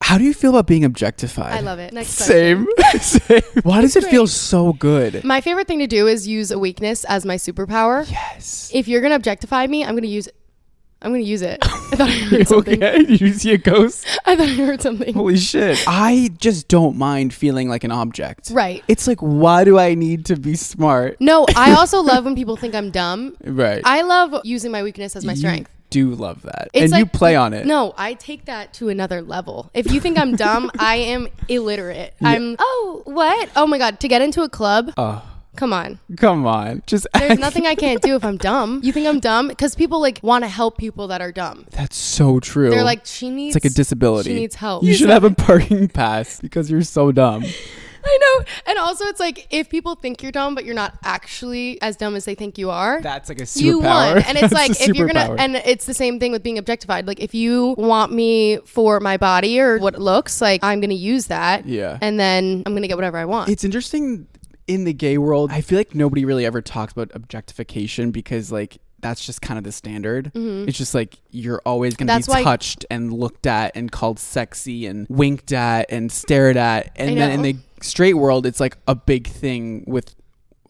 How do you feel about being objectified? I love it. Next question. Same. Same. Why does it Great. feel so good? My favorite thing to do is use a weakness as my superpower. Yes. If you're gonna objectify me, I'm gonna use. I'm gonna use it. I thought I heard something. okay? Did you see a ghost? I thought I heard something. Holy shit. I just don't mind feeling like an object. Right. It's like, why do I need to be smart? No, I also love when people think I'm dumb. Right. I love using my weakness as my You strength. do love that. It's and you like- play on it. No, I take that to another level. If you think I'm dumb, I am illiterate. I'm oh what? Oh my god! To get into a club, Oh, come on. come on. Just There's act- nothing I can't do if I'm dumb. You think I'm dumb? Because people like want to help people that are dumb. That's so true. They're like she needs. it's like a disability. She needs help. You should have a parking pass because you're so dumb. I know. And also, it's like if people think you're dumb, but you're not actually as dumb as they think you are. That's like a superpower. you won. And it's That's like a if you're gonna superpower. and it's the same thing with being objectified. Like if you want me for my body or what it looks like, I'm gonna use that. Yeah. And then I'm gonna get whatever I want. It's interesting in the gay world. I feel like nobody really ever talks about objectification because like that's just kind of the standard. It's just like you're always going to Mm-hmm. That's be why- touched and looked at and called sexy and winked at and stared at. And then in know. the straight world, it's like a big thing with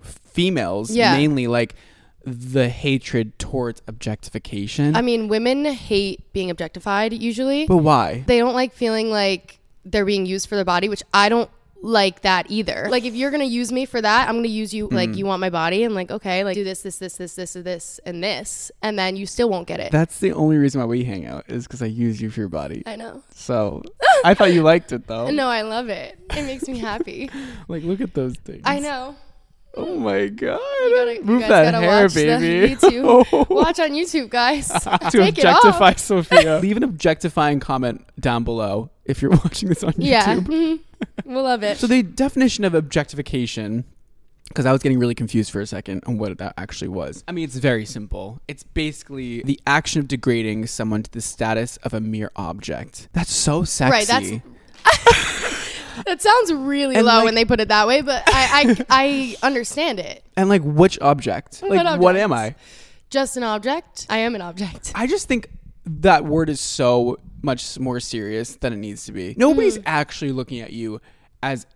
females Yeah. mainly like the hatred towards objectification. I mean, women hate being objectified usually. but why? they don't like feeling like they're being used for their body, which I don't like that either. Like if you're gonna use me for that, I'm gonna use you like Mm. you want my body and like okay, like do this, this, this, this, this, this, and this, and then you still won't get it. That's the only reason why we hang out is because I use you for your body. I know. So I thought you liked it though. No, I love it. It makes me happy. Like, look at those things. I know. Oh my god! You gotta, you Move guys that gotta hair, watch the baby. Oh. YouTube. watch on YouTube, guys. to Take it off. objectify Sophia. Leave an objectifying comment down below if you're watching this on YouTube. Yeah, mhm. we'll love it. So the definition of objectification, because I was getting really confused for a second on what that actually was. I mean, it's very simple. It's basically the action of degrading someone to the status of a mere object. That's so sexy. Right, that's- That sounds really And, low like- when they put it that way, but I I, I understand it. and like which object? What like about what objects? am I? Just an object. I am an object. I just think that word is so much more serious than it needs to be. Mm. Nobody's actually looking at you as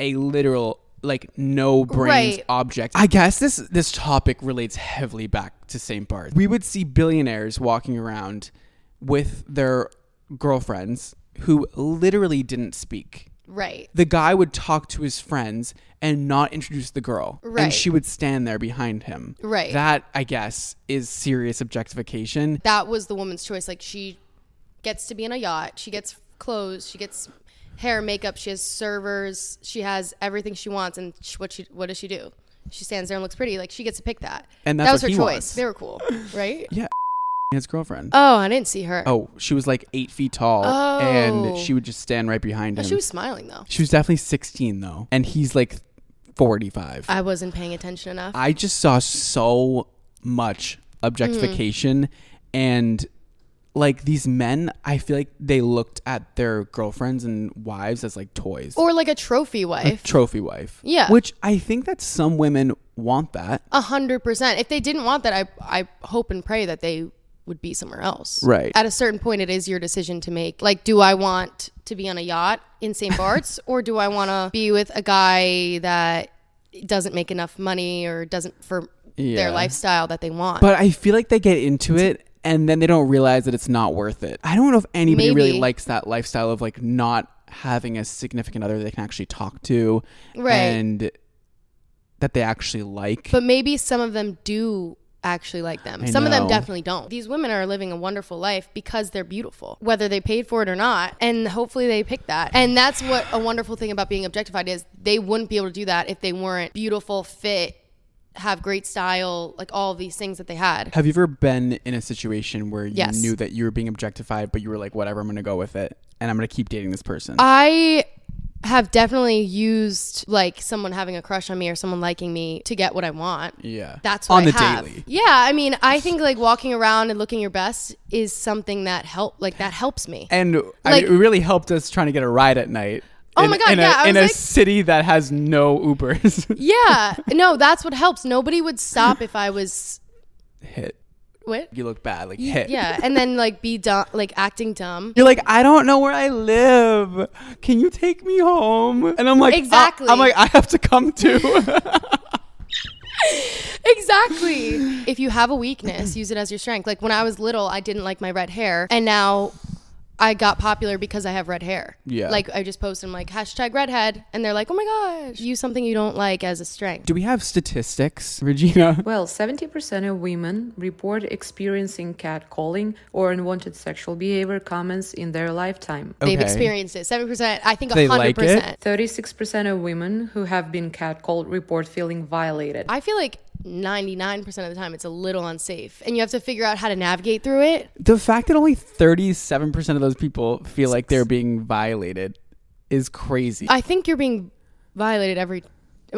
a literal like no brains Right. object. I guess this this topic relates heavily back to St. Barth. We would see billionaires walking around with their girlfriends who literally didn't speak. Right. The guy would talk to his friends and not introduce the girl. Right. And she would stand there behind him. Right. That, I guess, is serious objectification. That was the woman's choice. Like she gets to be in a yacht. She gets clothes. She gets hair, makeup. She has servers. She has everything she wants. And sh what she what does she do? She stands there and looks pretty. Like she gets to pick that. And that that's was what her he choice. wants. They were cool, right? his girlfriend. Oh, I didn't see her. oh, she was like eight feet tall, and Oh. she would just stand right behind But him. she was smiling though. She was definitely sixteen though, and he's like forty-five. I, I wasn't paying attention enough. just saw so much objectification, Mm. and like these men, I feel like they looked at their girlfriends and wives as like toys, or like a trophy A wife. trophy wife. Yeah. which I think that some women want that. A hundred percent. If they didn't want that, I I hope and pray that they would be somewhere else. Right. At a certain point, it is your decision to make. Like, do I want to be on a yacht in St. Bart's, or do I want to be with a guy that doesn't make enough money or doesn't for Yeah. their lifestyle that they want? But I feel like they get into it and then they don't realize that it's not worth it. I don't know if anybody really Maybe. likes that lifestyle of like not having a significant other they can actually talk to Right. and that they actually like. But maybe some of them do actually like them. I some of them know. definitely don't. These women are living a wonderful life because they're beautiful, whether they paid for it or not. And hopefully they pick that. And that's what a wonderful thing about being objectified is they wouldn't be able to do that if they weren't beautiful, fit, have great style, like all these things that they had. have you ever been in a situation where you Yes. knew that you were being objectified, but you were like, whatever, I'm going to go with it and I'm going to keep dating this person? I have definitely used like someone having a crush on me or someone liking me to get what I want. yeah. That's what on I the have. daily. Yeah, I mean, I think like walking around and looking your best is something that help like that helps me. And I Like- mean, it really helped us trying to get a ride at night. Oh in, my God, In, yeah, a, I in was a like- city that has no Ubers. yeah, no, that's what helps. Nobody would stop if I was Hit. What? You look bad, like hit. Yeah, and then like be dumb, like acting dumb. You're like, I don't know where I live. Can you take me home? And I'm like, I- Exactly. I'm like, I have to come too. Exactly. if you have a weakness, use it as your strength. Like when I was little, I didn't like my red hair, and now I got popular because I have red hair. Yeah. Like I just posted, I'm like hashtag redhead, and they're like, oh my gosh, use something you don't like as a strength. Do we have statistics, Regina? Well, 70% of women report experiencing catcalling or unwanted sexual behavior comments in their lifetime. They've Okay. experienced it. Seven percent. I think They hundred like it? percent. 36% of women who have been catcalled report feeling violated. I feel like 99% of the time it's a little unsafe and you have to figure out how to navigate through it. The fact that only 37% of those people feel like they're being violated is crazy. I think you're being violated every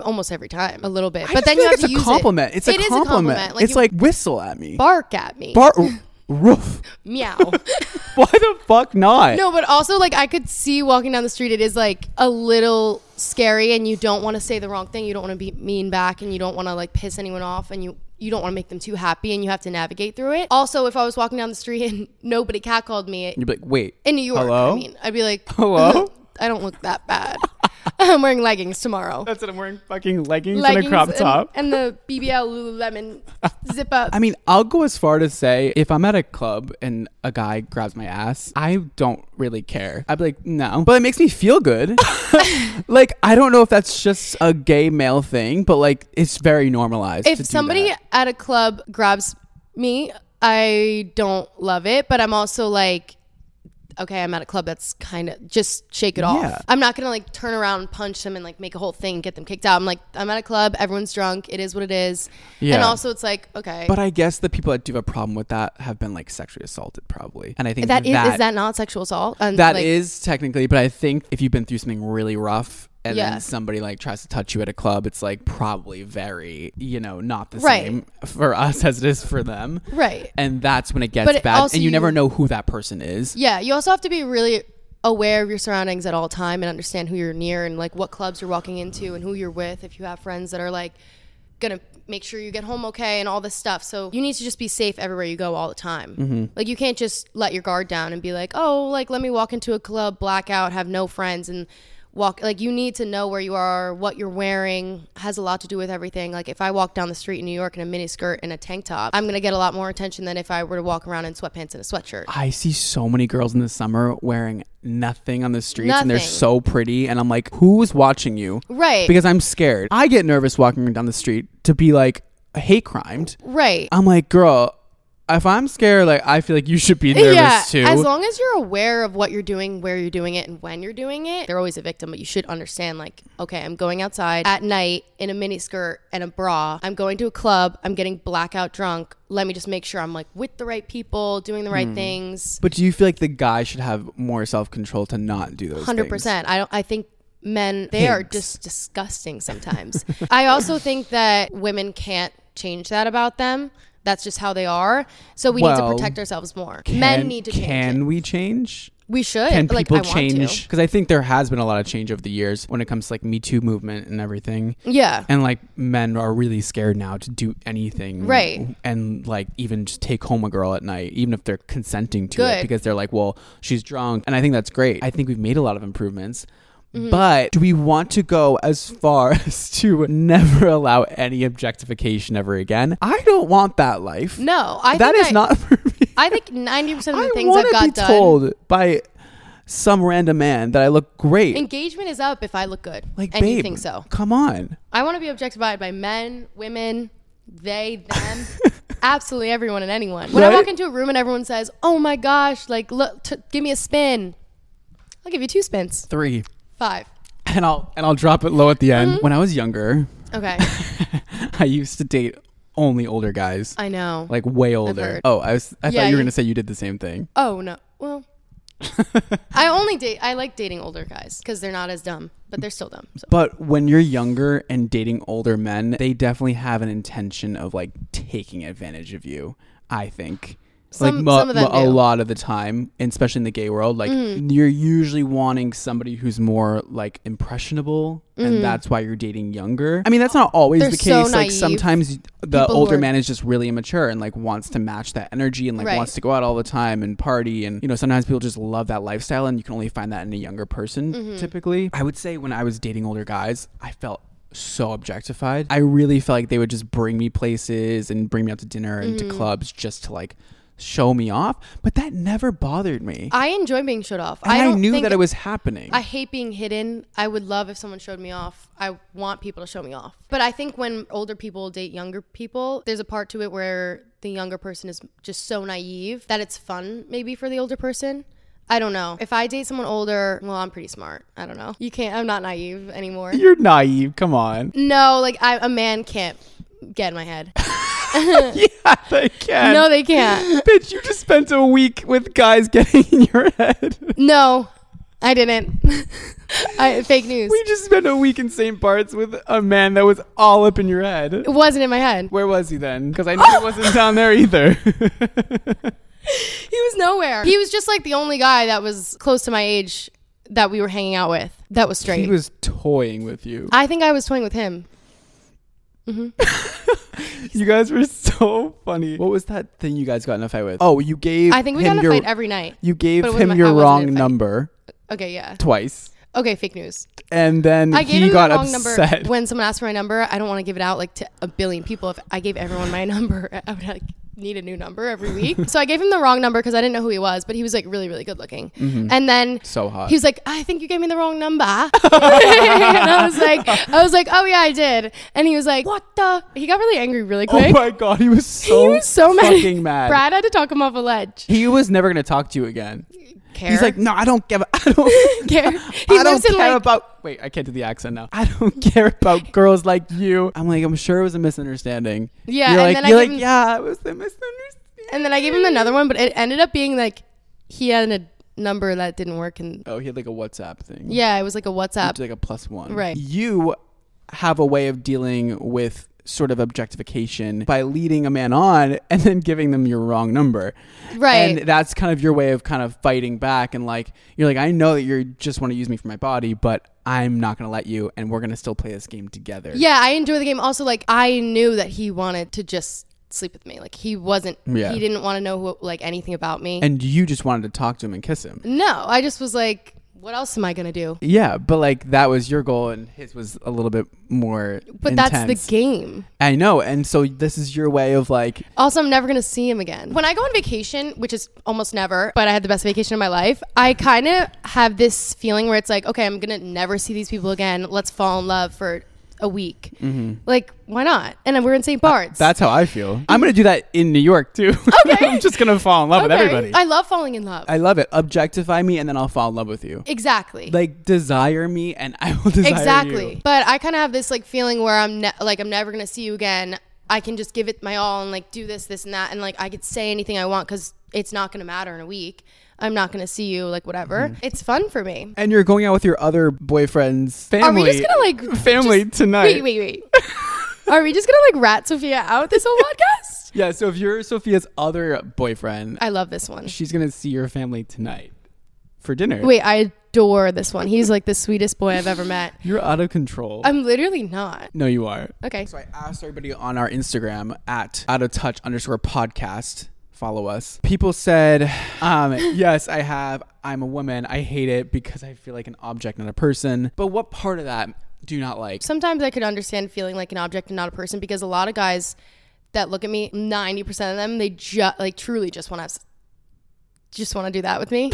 almost every time a little bit. I but just then feel you like have to it's use a compliment. It. It's a It is compliment. Like it's you like whistle at me. bark at me. Bar- roof. meow. Why the fuck not? no, but also like I could see walking down the street it is like a little scary and you don't want to say the wrong thing. You don't want to be mean back and you don't want to like piss anyone off and you you don't want to make them too happy and you have to navigate through it. Also, if I was walking down the street and nobody catcalled me, it, You'd be like, wait. in New York. Hello? I mean, I'd be like, Hello? I don't look that bad. I'm wearing leggings tomorrow. That's it. I'm wearing fucking leggings, leggings and a crop and- top. and, the BBL Lululemon zip up. I mean, I'll go as far to say if I'm at a club and a guy grabs my ass, I don't really care. I'd be like, no. But it makes me feel good. like, I don't know if that's just a gay male thing, but like, it's very normalized. to if do somebody that. at a club grabs me, I don't love it, but I'm also like, okay, I'm at a club that's kind of just shake it Yeah. off. I'm not gonna like turn around, punch them, and like make a whole thing, get them kicked out. I'm like, I'm at a club, everyone's drunk, it is what it is. And Yeah. also, it's like, okay, But I guess the people that do have a problem with that have been like sexually assaulted, probably. And I think that is, that is that not sexual assault? And, That is like, technically, but I think if you've been through something really rough and Yeah. then somebody like tries to touch you at a club, it's like probably very, you know, not the Right. same for us as it is for them. Right. And that's when it gets But it bad. also and you, you- never know who that person is. Yeah, you also have to be really aware of your surroundings at all time and understand who you're near and like what clubs you're walking into and who you're with if you have friends that are like gonna make sure you get home okay and all this stuff. So you need to just be safe everywhere you go all the time. Mm-hmm. Like you can't just let your guard down and be like, "Oh, like let me walk into a club, blackout, have no friends and walk like you need to know where you are, what you're wearing has a lot to do with everything. Like if I walk down the street in New York in a mini skirt and a tank top, I'm going to get a lot more attention than if I were to walk around in sweatpants and a sweatshirt. I see so many girls in the summer wearing nothing on the streets and they're Nothing. so pretty. And I'm like, who's watching you? Right. Because I'm scared. I get nervous walking down the street to be like hate crimed. Right. I'm like, girl, if I'm scared, like, I feel like you should be nervous too. As long as you're aware of what you're doing, where you're doing it, and when you're doing it, they're always a victim, but you should understand like, okay, I'm going outside at night in a mini skirt and a bra. I'm going to a club. I'm getting blackout drunk. Let me just make sure I'm like with the right people, doing the right Hmm. things. But do you feel like the guy should have more self control to not do those? Hundred things? percent. I don't. I think men they are Pigs. just disgusting sometimes. I also think that women can't change that about them. That's just how they are. So we need Well, to protect ourselves more. Can, Men need to change. Can it. we change? We should. Can like, people I Want to. change? Because I think there has been a lot of change over the years when it comes to like Me Too movement and everything. Yeah. And like men are really scared now to do anything, Right. And like even just take home a girl at night, even if they're consenting to Good. it, because they're like, well, she's drunk, and I think that's great. I think we've made a lot of improvements. Mm-hmm. But do we want to go as far as to never allow any objectification ever again? I don't want that life. No, I that think is I- not for me. I think ninety percent of the I things want I've to got be done. told by some random man that I look great. Engagement is up if I look good. like, and babe, you think so. Come on. I want to be objectified by men, women, they, them, absolutely everyone and anyone. When I Right? walk into a room and everyone says, "Oh my gosh, like look, t- give me a spin," I'll give you two spins, Three. five. And I'll and I'll drop it low at the Mm-hmm. end. When I was younger, Okay, I used to date only older guys. I know. like way older. heard. Oh, I was I Yeah, thought you you- were going to say you did the same thing. oh no, well. I only date. I like dating older guys because they're not as dumb, but they're still dumb. So. But when you're younger and dating older men, they definitely have an intention of like taking advantage of you, I think. like Some, mo- some of them mo- a do. Mm-hmm. lot of the time, and especially in the gay world, like you're usually wanting somebody who's more like impressionable, and that's why you're dating younger. I mean, that's not always Mm-hmm. They're the case. so like naive. sometimes the People who older are- man is just really immature and like wants to match that energy and like Right. wants to go out all the time and party. And you know, sometimes people just love that lifestyle, and you can only find that in a younger person. Mm-hmm. Typically, I would say when I was dating older guys, I felt so objectified. I really felt like they would just bring me places and bring me out to dinner and Mm-hmm. to clubs just to like show me off. But that never bothered me. I enjoy being showed off. and I, I, don't knew think that it was happening. I hate being hidden. I would love if someone showed me off. I want people to show me off. But I think when older people date younger people, there's a part to it where the younger person is just so naive that it's fun maybe for the older person. I don't know. If I date someone older, well, I'm pretty smart. I don't know. You can't, I'm not naive anymore. You're naive. Come on. No, like I, a man can't get in my head. yeah, they can. No, they can't. Bitch, you just spent a week with guys getting in your head. No, I didn't. I, fake news. We just spent a week in St. Bart's with a man that was all up in your head. It wasn't in my head. Where was he then? Because I knew he wasn't down there either. He was nowhere. He was just like the only guy that was close to my age that we were hanging out with that was straight. he was toying with you. I think I was toying with him. You guys were so funny. What was that thing you guys got in a fight with? Oh, you gave. I think we him got in a your, fight every night. You gave but it wasn't him my- I your wasn't in a wrong fight. number Okay, yeah. twice, Okay, fake news. and then I gave he him got the wrong upset. number when someone asked for my number. I don't want to give it out like to a billion people. If I gave everyone my number, I would like need a new number every week. so I gave him the wrong number because I didn't know who he was, but he was like really, really good looking. And then Mm-hmm. So hot. He was like, I think you gave me the wrong number. and I was like, I was like, oh yeah, I did. And he was like, what the? He got really angry really oh quick. my god, he was so he was so mad. fucking mad. Brad had to talk him off a ledge. He was never gonna talk to you again. Care. He's like, no, I don't give. A, I don't care. He I lives don't in care like about. Wait, I can't do the accent now. I don't care about girls like you. I'm like, I'm sure it was a misunderstanding. Yeah, you're and like, then I you're gave like, him- yeah, it was a misunderstanding. And then I gave him another one, but it ended up being like he had a number that didn't work. And Oh, he had like a WhatsApp thing. yeah, it was like a It's WhatsApp. like a plus one. Right. You have a way of dealing with sort of objectification by leading a man on and then giving them your wrong number. Right. And that's kind of your way of kind of fighting back and like you're like, I know that you just want to use me for my body, but I'm not gonna let you and we're gonna still play this game together. Yeah, I enjoy the game. Also, like I knew that he wanted to just sleep with me. Like he wasn't. Yeah. He didn't want to know who, like anything about me. And you just wanted to talk to him and kiss him. no, I just was like, what else am I gonna do? Yeah, but like that was your goal and his was a little bit more But that's intense. the game. I know. And so this is your way of like Also, I'm never gonna see him again. When I go on vacation, which is almost never, but I had the best vacation of my life, I kind of have this feeling where it's like, okay, I'm gonna never see these people again. Let's fall in love for a week. Like, why not? And then we're in St. Bart's. Mm-hmm. That's how I feel. I'm gonna do that in New York too. Okay. I'm just gonna fall in love with Okay. everybody. I, I love falling in love. love it. Objectify me, and then I'll fall in love with you. exactly. Like desire me, and I will desire exactly. you. But I kind of have this like feeling where I'm ne- like I'm never gonna see you again. I can just give it my all and like do this, this, and that, and like I could say anything I want because it's not gonna matter in a week. I'm not gonna see you, like whatever. Mm-hmm. It's fun for me. And you're going out with your other boyfriend's family. Are we just gonna like family just- tonight? Wait, wait, wait. Are we just gonna like rat Sophia out this whole podcast? Yeah. So if you're Sophia's other boyfriend, I love this one. she's gonna see your family tonight for dinner. Wait, I adore this one. He's like the sweetest boy I've ever met. You're out of control. I'm literally not. no, you are. Okay. So I asked everybody on our Instagram at out of touch underscore podcast. Follow us. People said, um, yes, I have. I'm a woman. I hate it because I feel like an object, not a person. But what part of that do you not like? Sometimes I could understand feeling like an object and not a person because a lot of guys that look at me, 90% of them, they just like truly just want to have s- just want to do that with me.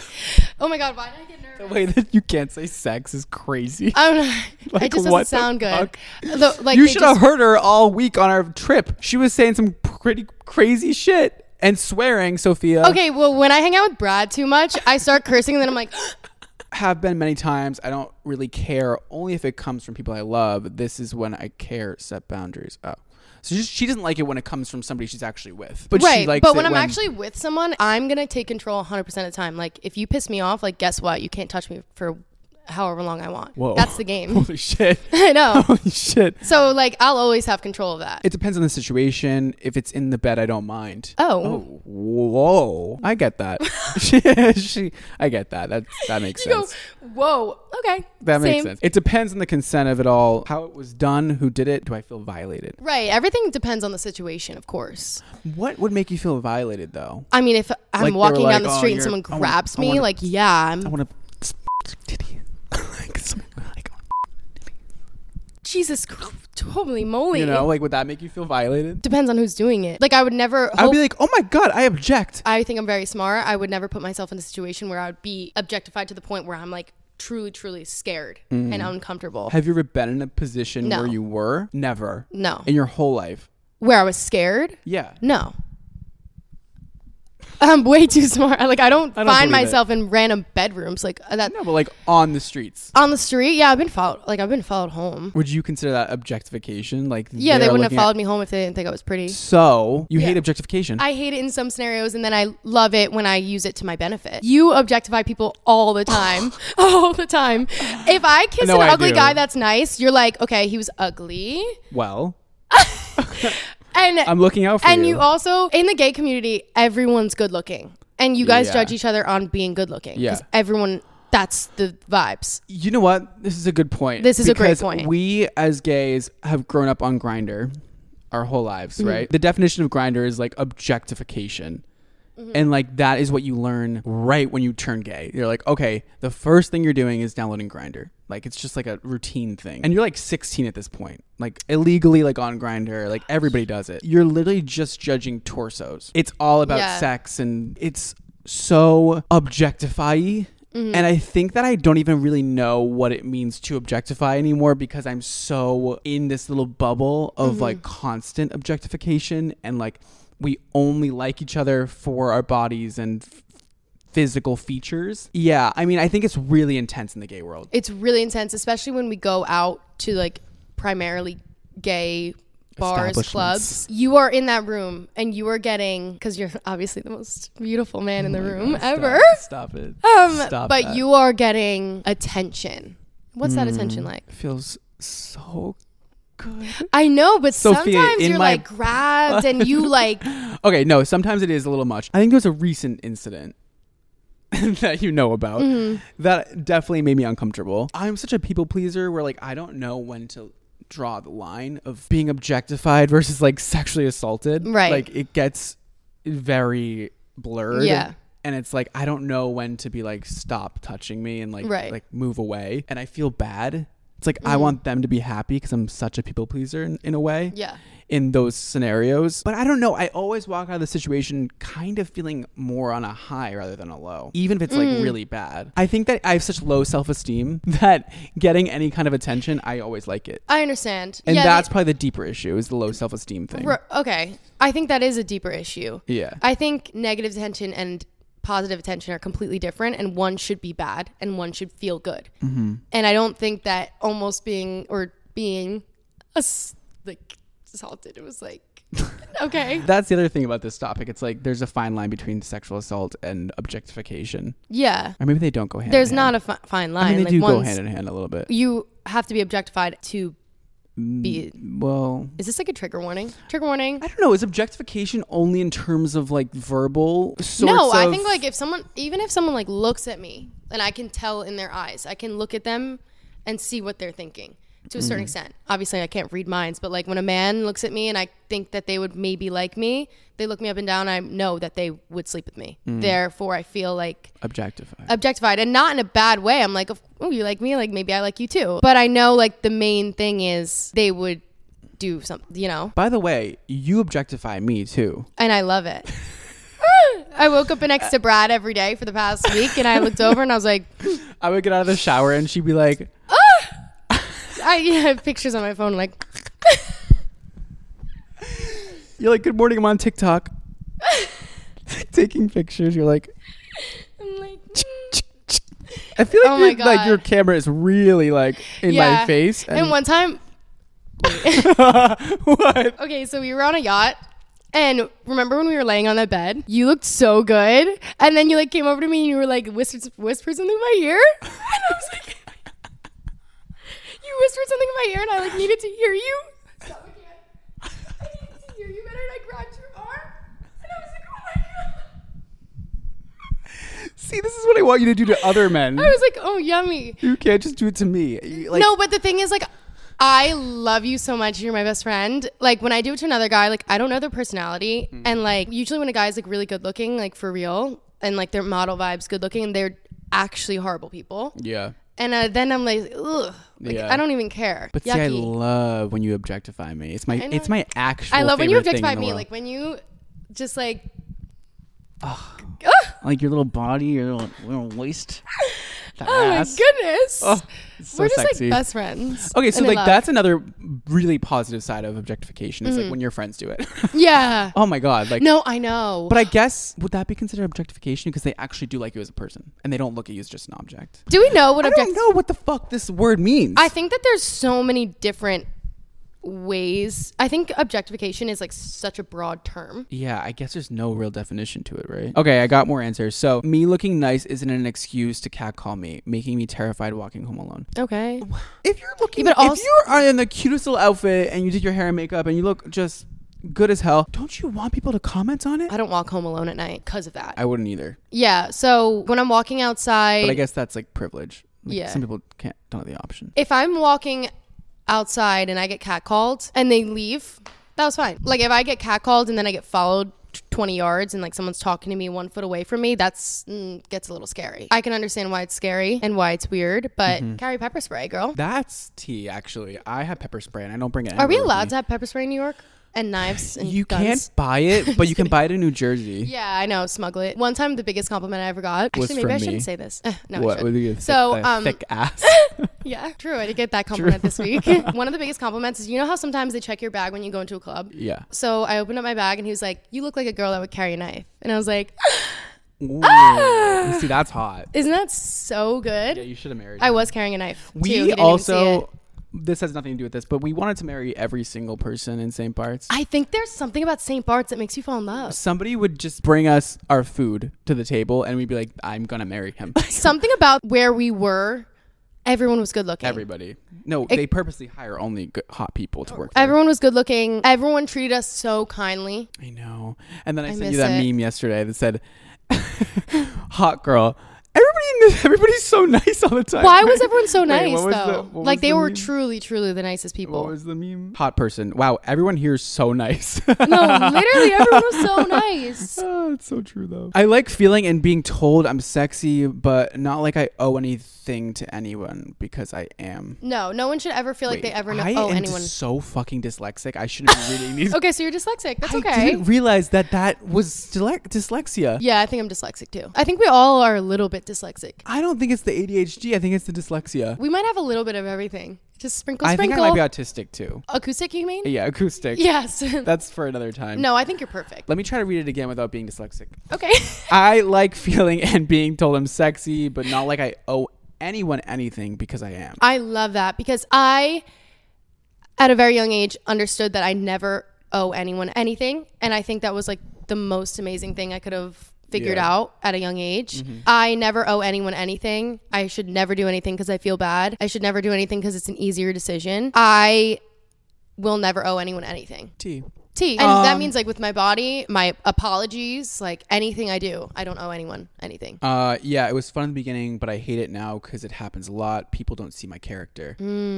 Oh my god, why did I get nervous? The way that you can't say sex is crazy. I'm not, Like, it just what the doesn't sound good. fuck? Though, like you Uh, they should just- have heard her all week on our trip. She was saying some pretty crazy shit and swearing, Sophia. Okay, well, when I hang out with Brad too much, I start cursing, and then I'm like, have been many times. I don't really care. Only if it comes from people I love. This is when I care. Set boundaries. Oh, so she, she doesn't like it when it comes from somebody she's actually with. But she right. likes But it when I'm actually with someone, I'm gonna take control 100 percent of the time. Like, if you piss me off, like, guess what? You can't touch me for however long I want. Whoa. That's the game. Holy shit. I know. Holy shit. So like I'll always have control of that. It depends on the situation. If it's in the bed, I don't mind. Oh. whoa! I get that. she, she, I get that. That Oh, that makes you sense. go, whoa, okay. that makes same." sense. It depends on the consent of it all, how it was done, who did it. Do I feel violated? Right. Everything depends on the situation, of course. What would make you feel violated though? I mean, if I'm Like, they were walking like, down the "Oh, street and you're- someone I wanna- grabs I me, wanna- like, yeah, I'm I want to titty. like, some- like, Jesus, Christ, totally moly. you know, like would that make you feel violated? depends on who's doing it. Like I would never. I'd Hope, be like, oh my god, I object. I think I'm very smart. I would never put myself in a situation where I would be objectified to the point where I'm like truly, truly scared and uncomfortable. Mm. Have you ever been in a position No. where you were? Never. No. In your whole life. Where I was scared. Yeah. No. I'm way too smart. Like I don't, I don't find believe it. myself in random bedrooms like uh, that No, but like on the streets. on the street. Yeah, I've been followed. Like I've been followed home. Would you consider that objectification? Like Yeah, they they're wouldn't have looking at- followed me home if they didn't think I was pretty. So you hate Yeah. objectification. I hate it in some scenarios, and then I love it when I use it to my benefit. You objectify people all the time, all the time. If I kiss No, an I ugly do. guy that's nice, you're like, okay, he was ugly, well, and I'm looking out for and you. you also in the gay community, everyone's good looking, and you guys Yeah. judge each other on being good looking Yeah. everyone. That's the vibes. You know what? This is a good point. This is a great Because point. We as gays have grown up on Grinder our whole lives, Mm-hmm. right? The definition of Grinder is like objectification. Mm-hmm. And like that is what you learn right when you turn gay. You're like, okay, the first thing you're doing is downloading Grinder. Like it's just like a routine thing. And you're like 16 at this point. Like illegally like on Grinder, like everybody does it. You're literally just judging torsos. It's all about Yeah. sex and it's so objectify Mm-hmm. and I think that I don't even really know what it means to objectify anymore because I'm so in this little bubble of Mm-hmm. like constant objectification and like we only like each other for our bodies and f- physical features. Yeah, I mean, I think it's really intense in the gay world. It's really intense, especially when we go out to like primarily gay bars, Establishments. clubs. You are in that room and you are getting because you're obviously the most beautiful man in the room ever. Oh Stop, it. Um, Stop but that. you are getting attention. What's that attention like? It feels so good. I know, but Sophia, sometimes in you're my- like grabbed and you like Okay, no, sometimes it is a little much. I think there's a recent incident that you know about Mm-hmm. that definitely made me uncomfortable. I'm such a people pleaser where like I don't know when to draw the line of being objectified versus like sexually assaulted. Right. Like it gets very blurred. Yeah. And it's like I don't know when to be like stop touching me and like Right. Mm-hmm. like move away and I feel bad. It's like I want them to be happy because I'm such a people pleaser in, in a way Yeah. in those scenarios. But I don't know. I always walk out of the situation kind of feeling more on a high rather than a low, even if it's Mm. like really bad. I think that I have such low self esteem that getting any kind of attention, I always like it. I understand. And yeah, that's the- probably the deeper issue is the low self esteem thing. r- okay. I think that is a deeper issue. Yeah. I think negative attention and positive attention are completely different, and one should be bad and one should feel good. Mm-hmm. And I don't think that almost being or being ass- like assaulted, it was like, okay. that's the other thing about this topic. It's like there's a fine line between sexual assault and objectification. Yeah. Or maybe they don't go hand There's in not hand. a fi- fine I line. mean, they like, do go one's- hand in hand a little bit. You have to be objectified to be. Mm. Well, Is this like a trigger warning? Trigger warning. I don't know. Is objectification only in terms of like verbal sorts no, I of- think like if someone, even if someone like looks at me and I can tell in their eyes, I can look at them and see what they're thinking to a certain Mm. extent. Obviously, I can't read minds, but like when a man looks at me and I think that they would maybe like me, they look me up and down. I know that they would sleep with me. Mm. Therefore, I feel like objectify. objectified and not in a bad way. I'm like, oh, you like me? Like maybe I like you too. But I know like the main thing is they would do something, you know, By the way, you objectify me too. and I love it. I woke up next to Brad every day for the past week, and I looked over and I was like, I would get out of the shower and she'd be like, I, yeah, I have pictures on my phone, like, "You're like, good morning, I'm on TikTok, taking pictures." You're like, I'm like, mm. I feel like, Oh my you're- like God. your camera is really like in Yeah. my face. And one time, what? okay, so we were on a yacht. And remember when we were laying on that bed? You looked so good. And then you like came over to me and you were like whispered whispered something in my ear. And I was like Aaron, I like needed to hear you. Stop again. I needed to hear you better, and I grabbed your arm, and I was like, oh my god. See, this is what I want you to do to other men. I was like, oh yummy. you can't just do it to me. You- Like, no, but the thing is, like, I love you so much. You're my best friend. Like, when I do it to another guy, like, I don't know their personality. Mm. And, like, usually when a guy's, like, really good looking, like, for real, and, like, their model vibes good looking, they're actually horrible people. Yeah. And uh, then I'm like, ugh. Like, Yeah. I don't even care. But see, I love when you objectify me. It's my know. it's my actual. I love when you favorite thing in objectify the me. world. Like, when you just, like, like your little body, your little, little waist. That oh my ass. goodness. Oh, it's so We're just, sexy. like, best friends. okay, so and in like love. that's another really positive side of objectification. It's like when your friends do it. Yeah. oh my god! Like Mm-hmm. No, I know. But I guess would that be considered objectification because they actually do like you as a person and they don't look at you as just an object. do we know what I objective? don't know what the fuck this word means. I think that there's so many different ways. I think objectification is like such a broad term. yeah, I guess there's no real definition to it, right? Okay, I got more answers. So, me looking nice isn't an excuse to catcall me, making me terrified walking home alone. Okay. If you're looking, Yeah, but if also- you are in the cutest little outfit and you did your hair and makeup and you look just good as hell, don't you want people to comment on it? I don't walk home alone at night because of that. I wouldn't either. yeah. So when I'm walking outside, But I guess that's like privilege. Like, Yeah. Some people can't don't have the option. if I'm walking outside and I get catcalled and they leave, that was fine. Like if I get catcalled and then I get followed. t- 20 yards and like someone's talking to me one foot away from me that's mm, gets a little scary i can understand why it's scary and why it's weird but Mm-hmm. carry pepper spray girl That's tea, actually. I have pepper spray and I don't bring it. are we anywhere with me. allowed to have pepper spray in new york and knives and You guns? can't buy it, but you can buy it in New Jersey. Yeah, I know. Smuggle it. One time, the biggest compliment I ever got. Was Actually, maybe from I me. shouldn't say this. Eh, no, What? I what should. do you get? So, thick, uh, um, thick ass. yeah, true. I did get that compliment this week. One of the biggest compliments is you know how sometimes they check your bag when you go into a club. yeah. So I opened up my bag and he was like, "You look like a girl that would carry a knife," and I was like, Ooh. See, that's hot. "Isn't that so Yeah, good?" you should have married. I him. was carrying a knife. too. He didn't We even see it. also. This has nothing to do with this, but we wanted to marry every single person in St. Bart's. I think there's something about St. Bart's that makes you fall in love. Somebody would just bring us our food to the table, and we'd be like, "I'm gonna marry him." Something about where we were, everyone was good looking. Everybody. No, they purposely hire only good, hot people to work. There. Everyone was good looking. Everyone treated us so kindly. I know. And then I, I sent you miss that it. meme yesterday that said, "Hot girl." Everybody, in this, everybody's so nice all the time. Why right? was everyone so Wait, nice what was the- though? what like was they the were meme? truly, truly the nicest people. What was the meme? Hot person. Wow, everyone here is so nice. no, literally everyone was so nice. Ah, it's so true though. I like feeling and being told I'm sexy, but not like I owe anything to anyone because I am. No, no one should ever feel like they Wait, ever know I oh am anyone. so fucking dyslexic. I shouldn't be reading these. Okay, so you're dyslexic. That's I okay. didn't realize that that was dyle- dyslexia. yeah, I think I'm dyslexic too. I think we all are a little bit dyslexic. I don't think it's the ADHD. I think it's the dyslexia. We might have a little bit of everything. Just sprinkle, I think I sprinkle. might be autistic too. Acoustic, you mean? Yeah, acoustic. Yes. That's for another time. no, I think you're perfect. Let me try to read it again without being dyslexic. Okay. I like feeling and being told I'm sexy, but not like I owe anyone anything because I am. I love that because I, at a very young age, understood that I never owe anyone anything. And I think that was like the most amazing thing I could have figured Yeah. out at a young age. I never owe anyone anything. I should never do anything because I feel bad. I should never do anything because it's an easier decision. I will never owe anyone anything. T. T. And that means like with my body, my apologies, like anything I do, I don't owe anyone anything. Uh, yeah, it was fun in the beginning, but I hate it now because it happens a lot. People don't see my character. Mm.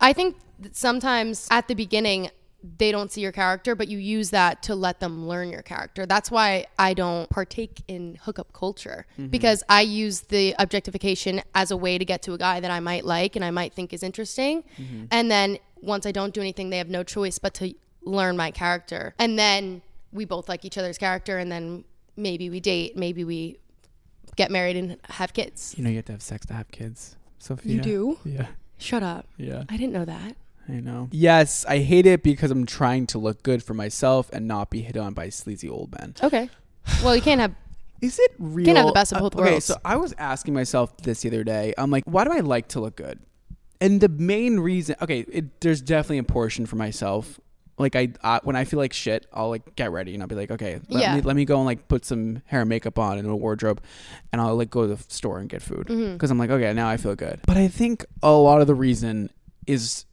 I think that sometimes at the beginning they don't see your character, but you use that to let them learn your character. That's why I don't partake in hookup culture because I use the objectification as a way to get to a guy that I might like and I might think is interesting. And then once I don't do anything, they have no choice but to learn my character. And then we both like each other's character, and then maybe we date, maybe we get married and have kids. You know, you have to have sex to have kids, Sophia. You do? Yeah, Shut up. yeah, I didn't know that. I know. Yes, I hate it because I'm trying to look good for myself and not be hit on by sleazy old men. Okay. Well, you can't have Is it real? have the best of uh, both Okay, worlds. so I was asking myself this the other day. I'm like, why do I like to look good? And the main reason, okay, it, there's definitely a portion for myself. Like I, I, when I feel like shit, I'll like get ready and I'll be like, okay, let Yeah. me let me go and like put some hair and makeup on and a wardrobe, and I'll like go to the store Mm-hmm. and get food because I'm like, okay, now I feel good. But I think a lot of the reason is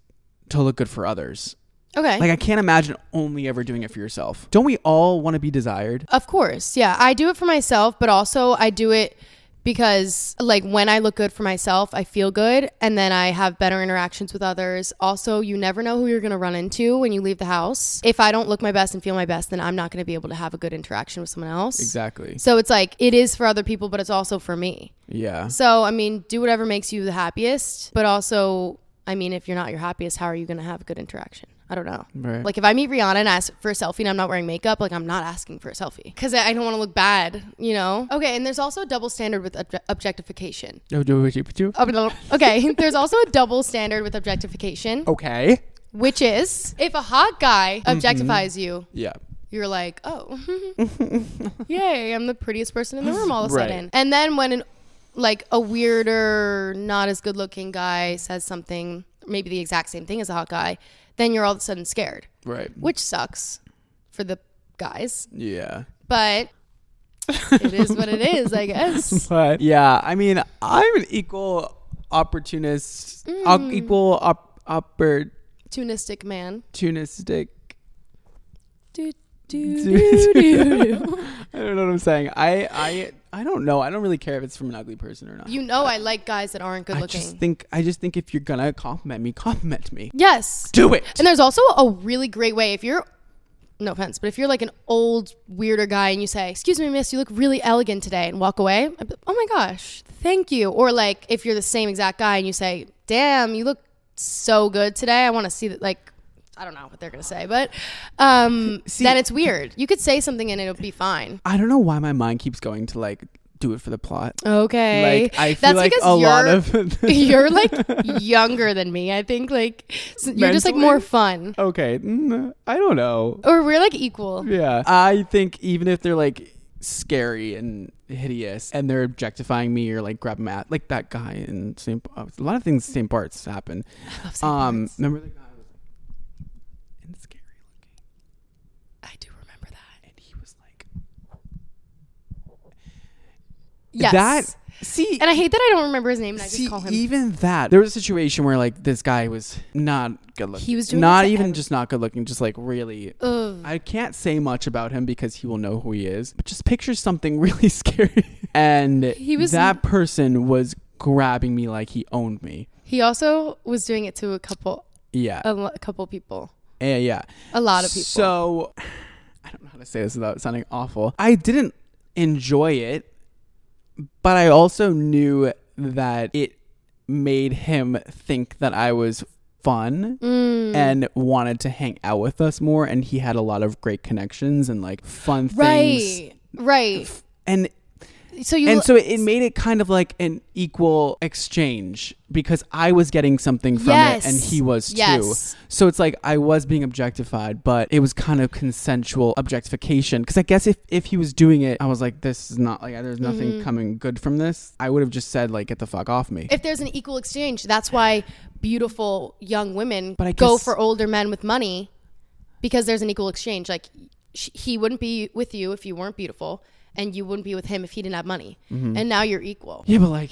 to look good for others. Okay. Like I can't imagine only ever doing it for yourself. Don't we all want to be desired? Of course. Yeah. I do it for myself, but also I do it because like when I look good for myself, I feel good and then I have better interactions with others. Also, you never know who you're going to run into when you leave the house. If I don't look my best and feel my best, then I'm not going to be able to have a good interaction with someone else. Exactly. So it's like it is for other people, but it's also for me. Yeah. So, I mean, do whatever makes you the happiest, but also, I mean, if you're not your happiest, how are you going to have a good interaction? I don't know. Right. Like, if I meet Rihanna and ask for a selfie and I'm not wearing makeup, like, I'm not asking for a selfie because I I don't want to look bad, you know? Okay. And there's also a double standard with obje- objectification. Oh, no. Okay. there's also a double standard with objectification, Okay. which is if a hot guy objectifies you, Yeah. you're like, oh, yay, I'm the prettiest person in the room all of a Right. sudden. And then when an, like a weirder, not as good looking guy says something, maybe the exact same thing as a hot guy, then you're all of a sudden scared, Right. which sucks for the guys, Yeah. but it is what it is, I guess. But yeah, I mean, I'm an equal opportunist, Mm. op- equal op- Tunistic man. opportunistic. Do, do, do, do, do. I don't know what I'm saying. I I I don't know. I don't really care if it's from an ugly person or not. You know, I like guys that aren't good I looking. just think I just think if you're gonna compliment me, compliment me. yes. Do it. And there's also a really great way if you're no offense, but if you're like an old weirder guy and you say, "Excuse me, miss, you look really elegant today," and walk away, I'd be, oh my gosh, thank you. Or like if you're the same exact guy and you say, "Damn, you look so good today," I want to see that. Like, I don't know what they're gonna say, but um, then it's weird. You could say something and it'll be fine. I don't know why my mind keeps going to like do it for the plot. Okay, Like I feel like a lot of you're like younger than me. I think like so you're just like more Mentally? fun, okay. mm, I don't know. or we're like equal. Yeah. I think even if they're like scary and hideous and they're objectifying me or like grabbing my at like that guy in St. Uh, a lot of things in St. Bart's happen. I love St. Um, Bart's. remember the guy was like, and scary looking I do remember that. and he was like Yes. that see and I hate that I don't remember his name and I see, e- just call him. even that there was a situation where like this guy was not good looking He was doing not it to even every- just not good looking just like really Ugh. I can't say much about him because he will know who he is, but just picture something really scary. And He was- that person was grabbing me like he owned me. He also was doing it to a couple, Yeah. a, lo- a couple people, yeah, yeah. a lot of people. So I don't know how to say this without sounding awful. I didn't enjoy it, but I also knew that it made him think that I was fun Mm. and wanted to hang out with us more and he had a lot of great connections and like fun things. right, right. And So you and so it, it made it kind of like an equal exchange because I was getting something from Yes. it and he was Yes. too. So it's like I was being objectified, but it was kind of consensual objectification. Because I guess if, if he was doing it, I was like, this is not like there's nothing Mm-hmm. coming good from this. I would have just said like, get the fuck off me. if there's an equal exchange, that's why beautiful young women But I go guess- for older men with money because there's an equal exchange. Like sh- he wouldn't be with you if you weren't beautiful, and you wouldn't be with him if he didn't have money. Mm-hmm. And now you're equal. yeah, but like,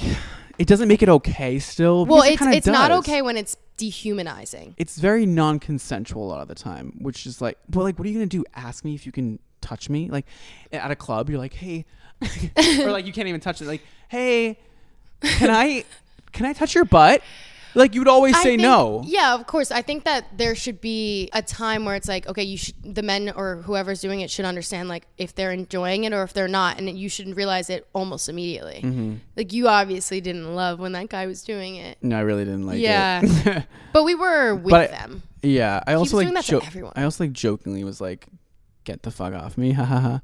it doesn't make it okay still. Well, because it it's kinda it's not does. okay when it's dehumanizing. It's very non-consensual a lot of the time, which is like, well, like, what are you gonna do? Ask me if you can touch me, like, at a club, you're like, hey, or like you can't even touch it, like, hey, can I, can I touch your butt? Like you would always I say think- no. Yeah, of course. I think that there should be a time where it's like, okay, you should, the men or whoever's doing it should understand like if they're enjoying it or if they're not, and you should realize it almost immediately. Mm-hmm. Like you obviously didn't love when that guy was doing it. No, I really didn't like it. Yeah. but we were with But I- them. Yeah, I also like was doing that to jo- everyone. I also like jokingly was like, get the fuck off me, ha ha ha.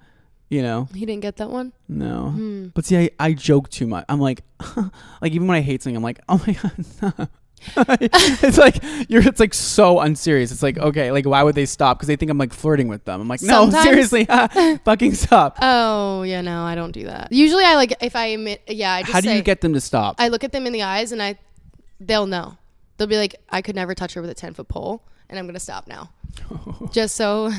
You know, He didn't get that one. no. Hmm. But see, I, I joke too much. I'm like, like even when I hate something, I'm like, oh my god. no. it's like you're. It's like so unserious. It's like okay, like why would they stop? Because they think I'm like flirting with them. I'm like, no, Sometimes- seriously, fucking stop. Oh yeah, no, I don't do that. Usually, I like if I admit, yeah, I just How do you say- get them to stop? I look at them in the eyes and I, they'll know. They'll be like, I could never touch her with a ten foot pole, and I'm gonna stop now. Just so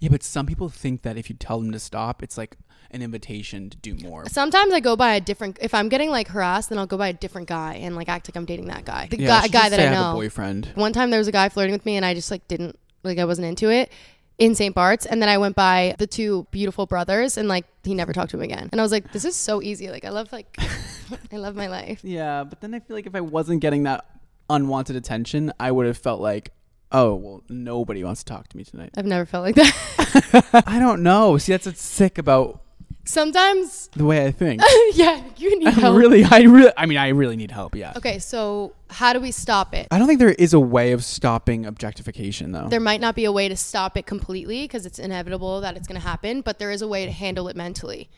Yeah, but some people think that if you tell them to stop, it's like an invitation to do more. sometimes I go by a different. If I'm getting like harassed, then I'll go by a different guy and like act like I'm dating that guy, the Yeah, guy, she guy should that say I have a know. boyfriend. One time there was a guy flirting with me, and I just like didn't like I wasn't into it in St. Bart's. And then I went by the two beautiful brothers, and like he never talked to him again. And I was like, this is so easy. Like I love like I love my life. Yeah, but then I feel like if I wasn't getting that unwanted attention, I would have felt like, oh, well, nobody wants to talk to me tonight. I've never felt like that. I don't know. See, that's what's sick about Sometimes, the way I think. yeah, you need I'm help. really, I really, I mean, I really need help. Yeah. okay, so how do we stop it? I don't think there is a way of stopping objectification, though. there might not be a way to stop it completely because it's inevitable that it's going to happen, but there is a way to handle it mentally.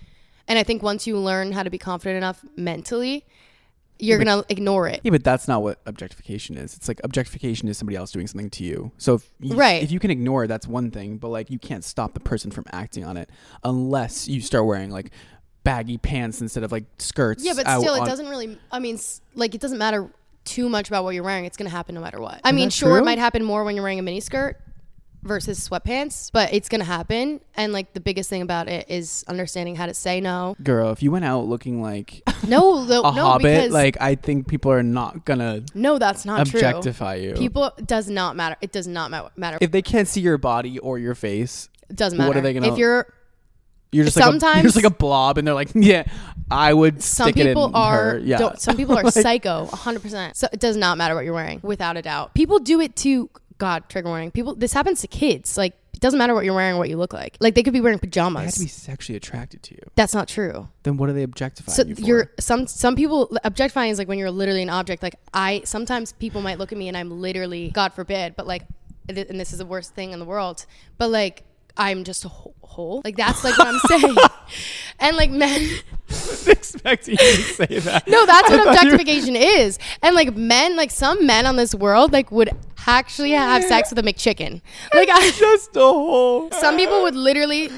And I think once you learn how to be confident enough mentally, you're going to ignore it. yeah, but that's not what objectification is. It's like objectification is somebody else doing something to you. So if you, Right. if you can ignore it, that's one thing. But like, you can't stop the person from acting on it unless you start wearing like baggy pants instead of like skirts. Yeah, but out still, it on- doesn't really, I mean, s- like, it doesn't matter too much about what you're wearing. It's going to happen no matter what. I mean, that sure, it true? might happen more when you're wearing a miniskirt versus sweatpants, but it's going to happen. And, like, the biggest thing about it is understanding how to say no. Girl, if you went out looking like No, no, a no hobbit, because, like I think people are not gonna no, that's not true. objectify you. People does not matter. It does not ma- matter. if they can't see your body or your face, It doesn't matter. What are they gonna- If you're you're just like a, Sometimes- you're just like a blob, and they're like, yeah, I would some stick it people in are her. Yeah, don't, some people are psycho 100%. So it does not matter what you're wearing without a doubt. People do it to god trigger warning. People this happens to kids. Like it doesn't matter what you're wearing, what you look like. Like they could be wearing they have pajamas. to be sexually attracted to you. That's not true. Then what are they objectifying So you for? you're some some people objectifying is like when you're literally an object. Like I sometimes people might look at me and I'm literally God forbid, but like th- and this is the worst thing in the world. But like I'm just a wh- whole. Like that's like what I'm saying. And like men, expecting you to say that. no, that's what objectification is. And like men, like some men on this world, like would actually have sex with a McChicken. Like I, Just a whole. some people would literally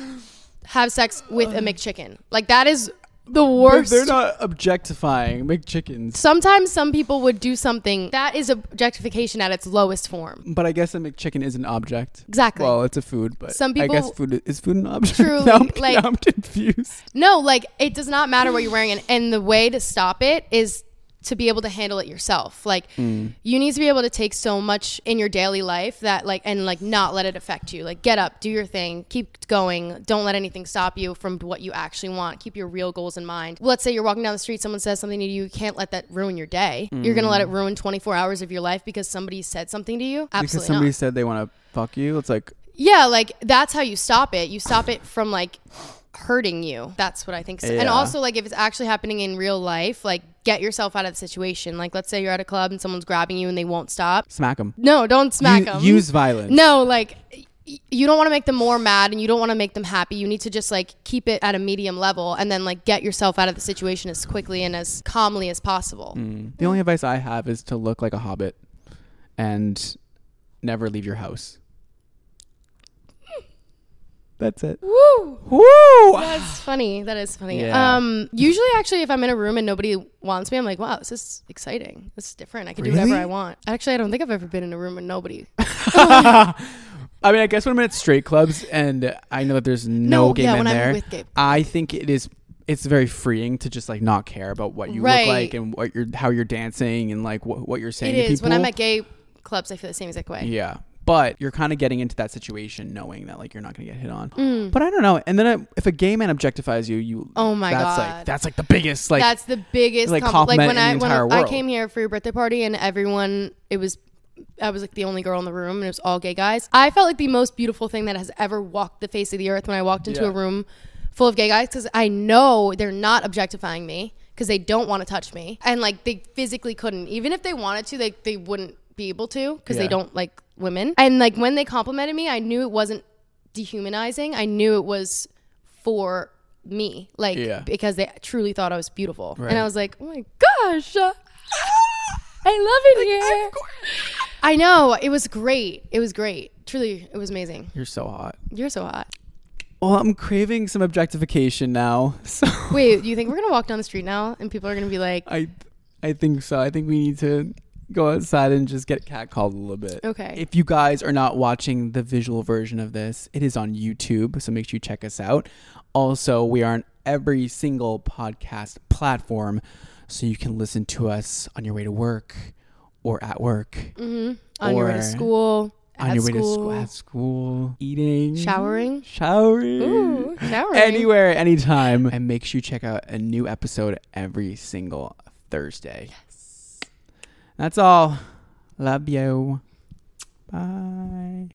have sex with a McChicken. Like that is the worst. They're not objectifying McChickens, Sometimes some people would do something that is objectification at its lowest form. but I guess a McChicken is an object. Exactly. Well, it's a food, but Some I guess people- food is food an object. Truly, now I'm, like- now I'm confused. No, like it does not matter what you're wearing, and, and the way to stop it is to be able to handle it yourself. Like Mm. you need to be able to take so much in your daily life that like and like not let it affect you. Like get up, do your thing, keep going. Don't let anything stop you from what you actually want. Keep your real goals in mind. Let's say you're walking down the street, someone says something to you, you can't let that ruin your day. You're gonna Mm. let it ruin 24 hours of your life because somebody said something to you. Absolutely because somebody not. said they want to fuck you. It's like Yeah, like that's how you stop it. You stop it from like hurting you. That's what I think. So. And Yeah. also, like, if it's actually happening in real life, like, get yourself out of the situation. Like, let's say you're at a club and someone's grabbing you and they won't stop. smack them. No, don't smack them. Use violence. No, like, y- you don't want to make them more mad and you don't want to make them happy. You need to just like keep it at a medium level and then like get yourself out of the situation as quickly and as calmly as possible. The only advice I have is to look like a hobbit and never leave your house. That's it. Woo! Woo! That's funny. That is funny. Yeah. Um, usually, actually, if I'm in a room and nobody wants me, I'm like, wow, this is exciting. This is different. I can do whatever Really? I want. Actually, I don't think I've ever been in a room and nobody. I mean, I guess when I'm at straight clubs and I know that there's no, No, game yeah, in when I'm there, with gay- I think it is. It's very freeing to just like not care about what you Right. look like and what you're, how you're dancing and like what, what you're saying It to is people. when I'm at gay clubs, I feel the same exact way. Yeah. But you're kind of getting into that situation knowing that like you're not going to get hit on. But I don't know. And then I, if a gay man objectifies you, you Mm. Oh my that's like God. that's like the biggest like That's the biggest like, compli- compliment when in the I when entire I world. came here for your birthday party and everyone it was I was like the only girl in the room and it was all gay guys. I felt like the most beautiful thing that has ever walked the face of the earth when I walked into Yeah. a room full of gay guys cuz I know they're not objectifying me cuz they don't want to touch me and like they physically couldn't even if they wanted to they they wouldn't be able to cuz Yeah. they don't like women. And like when they complimented me, I knew it wasn't dehumanizing. I knew it was for me. Like Yeah. because they truly thought I was beautiful. Right. And I was like, oh my gosh, uh, I love it here. I know. It was great. It was great. Truly, it was amazing. you're so hot. You're so hot. Well, I'm craving some objectification now. So Wait, do you think we're going to walk down the street now and people are going to be like, I I think so. I think we need to go outside and just get catcalled a little bit. Okay. If you guys are not watching the visual version of this, it is on YouTube, so make sure you check us out. Also, we are on every single podcast platform, so you can listen to us on your way to work or at work, "Mm-hmm," on your way Or to school, on Mm, at your way school, to school, at school, eating, showering. showering. Ooh, showering. Anywhere, anytime. And make sure you check out a new episode every single Thursday. Yes. That's all. Love you. Bye.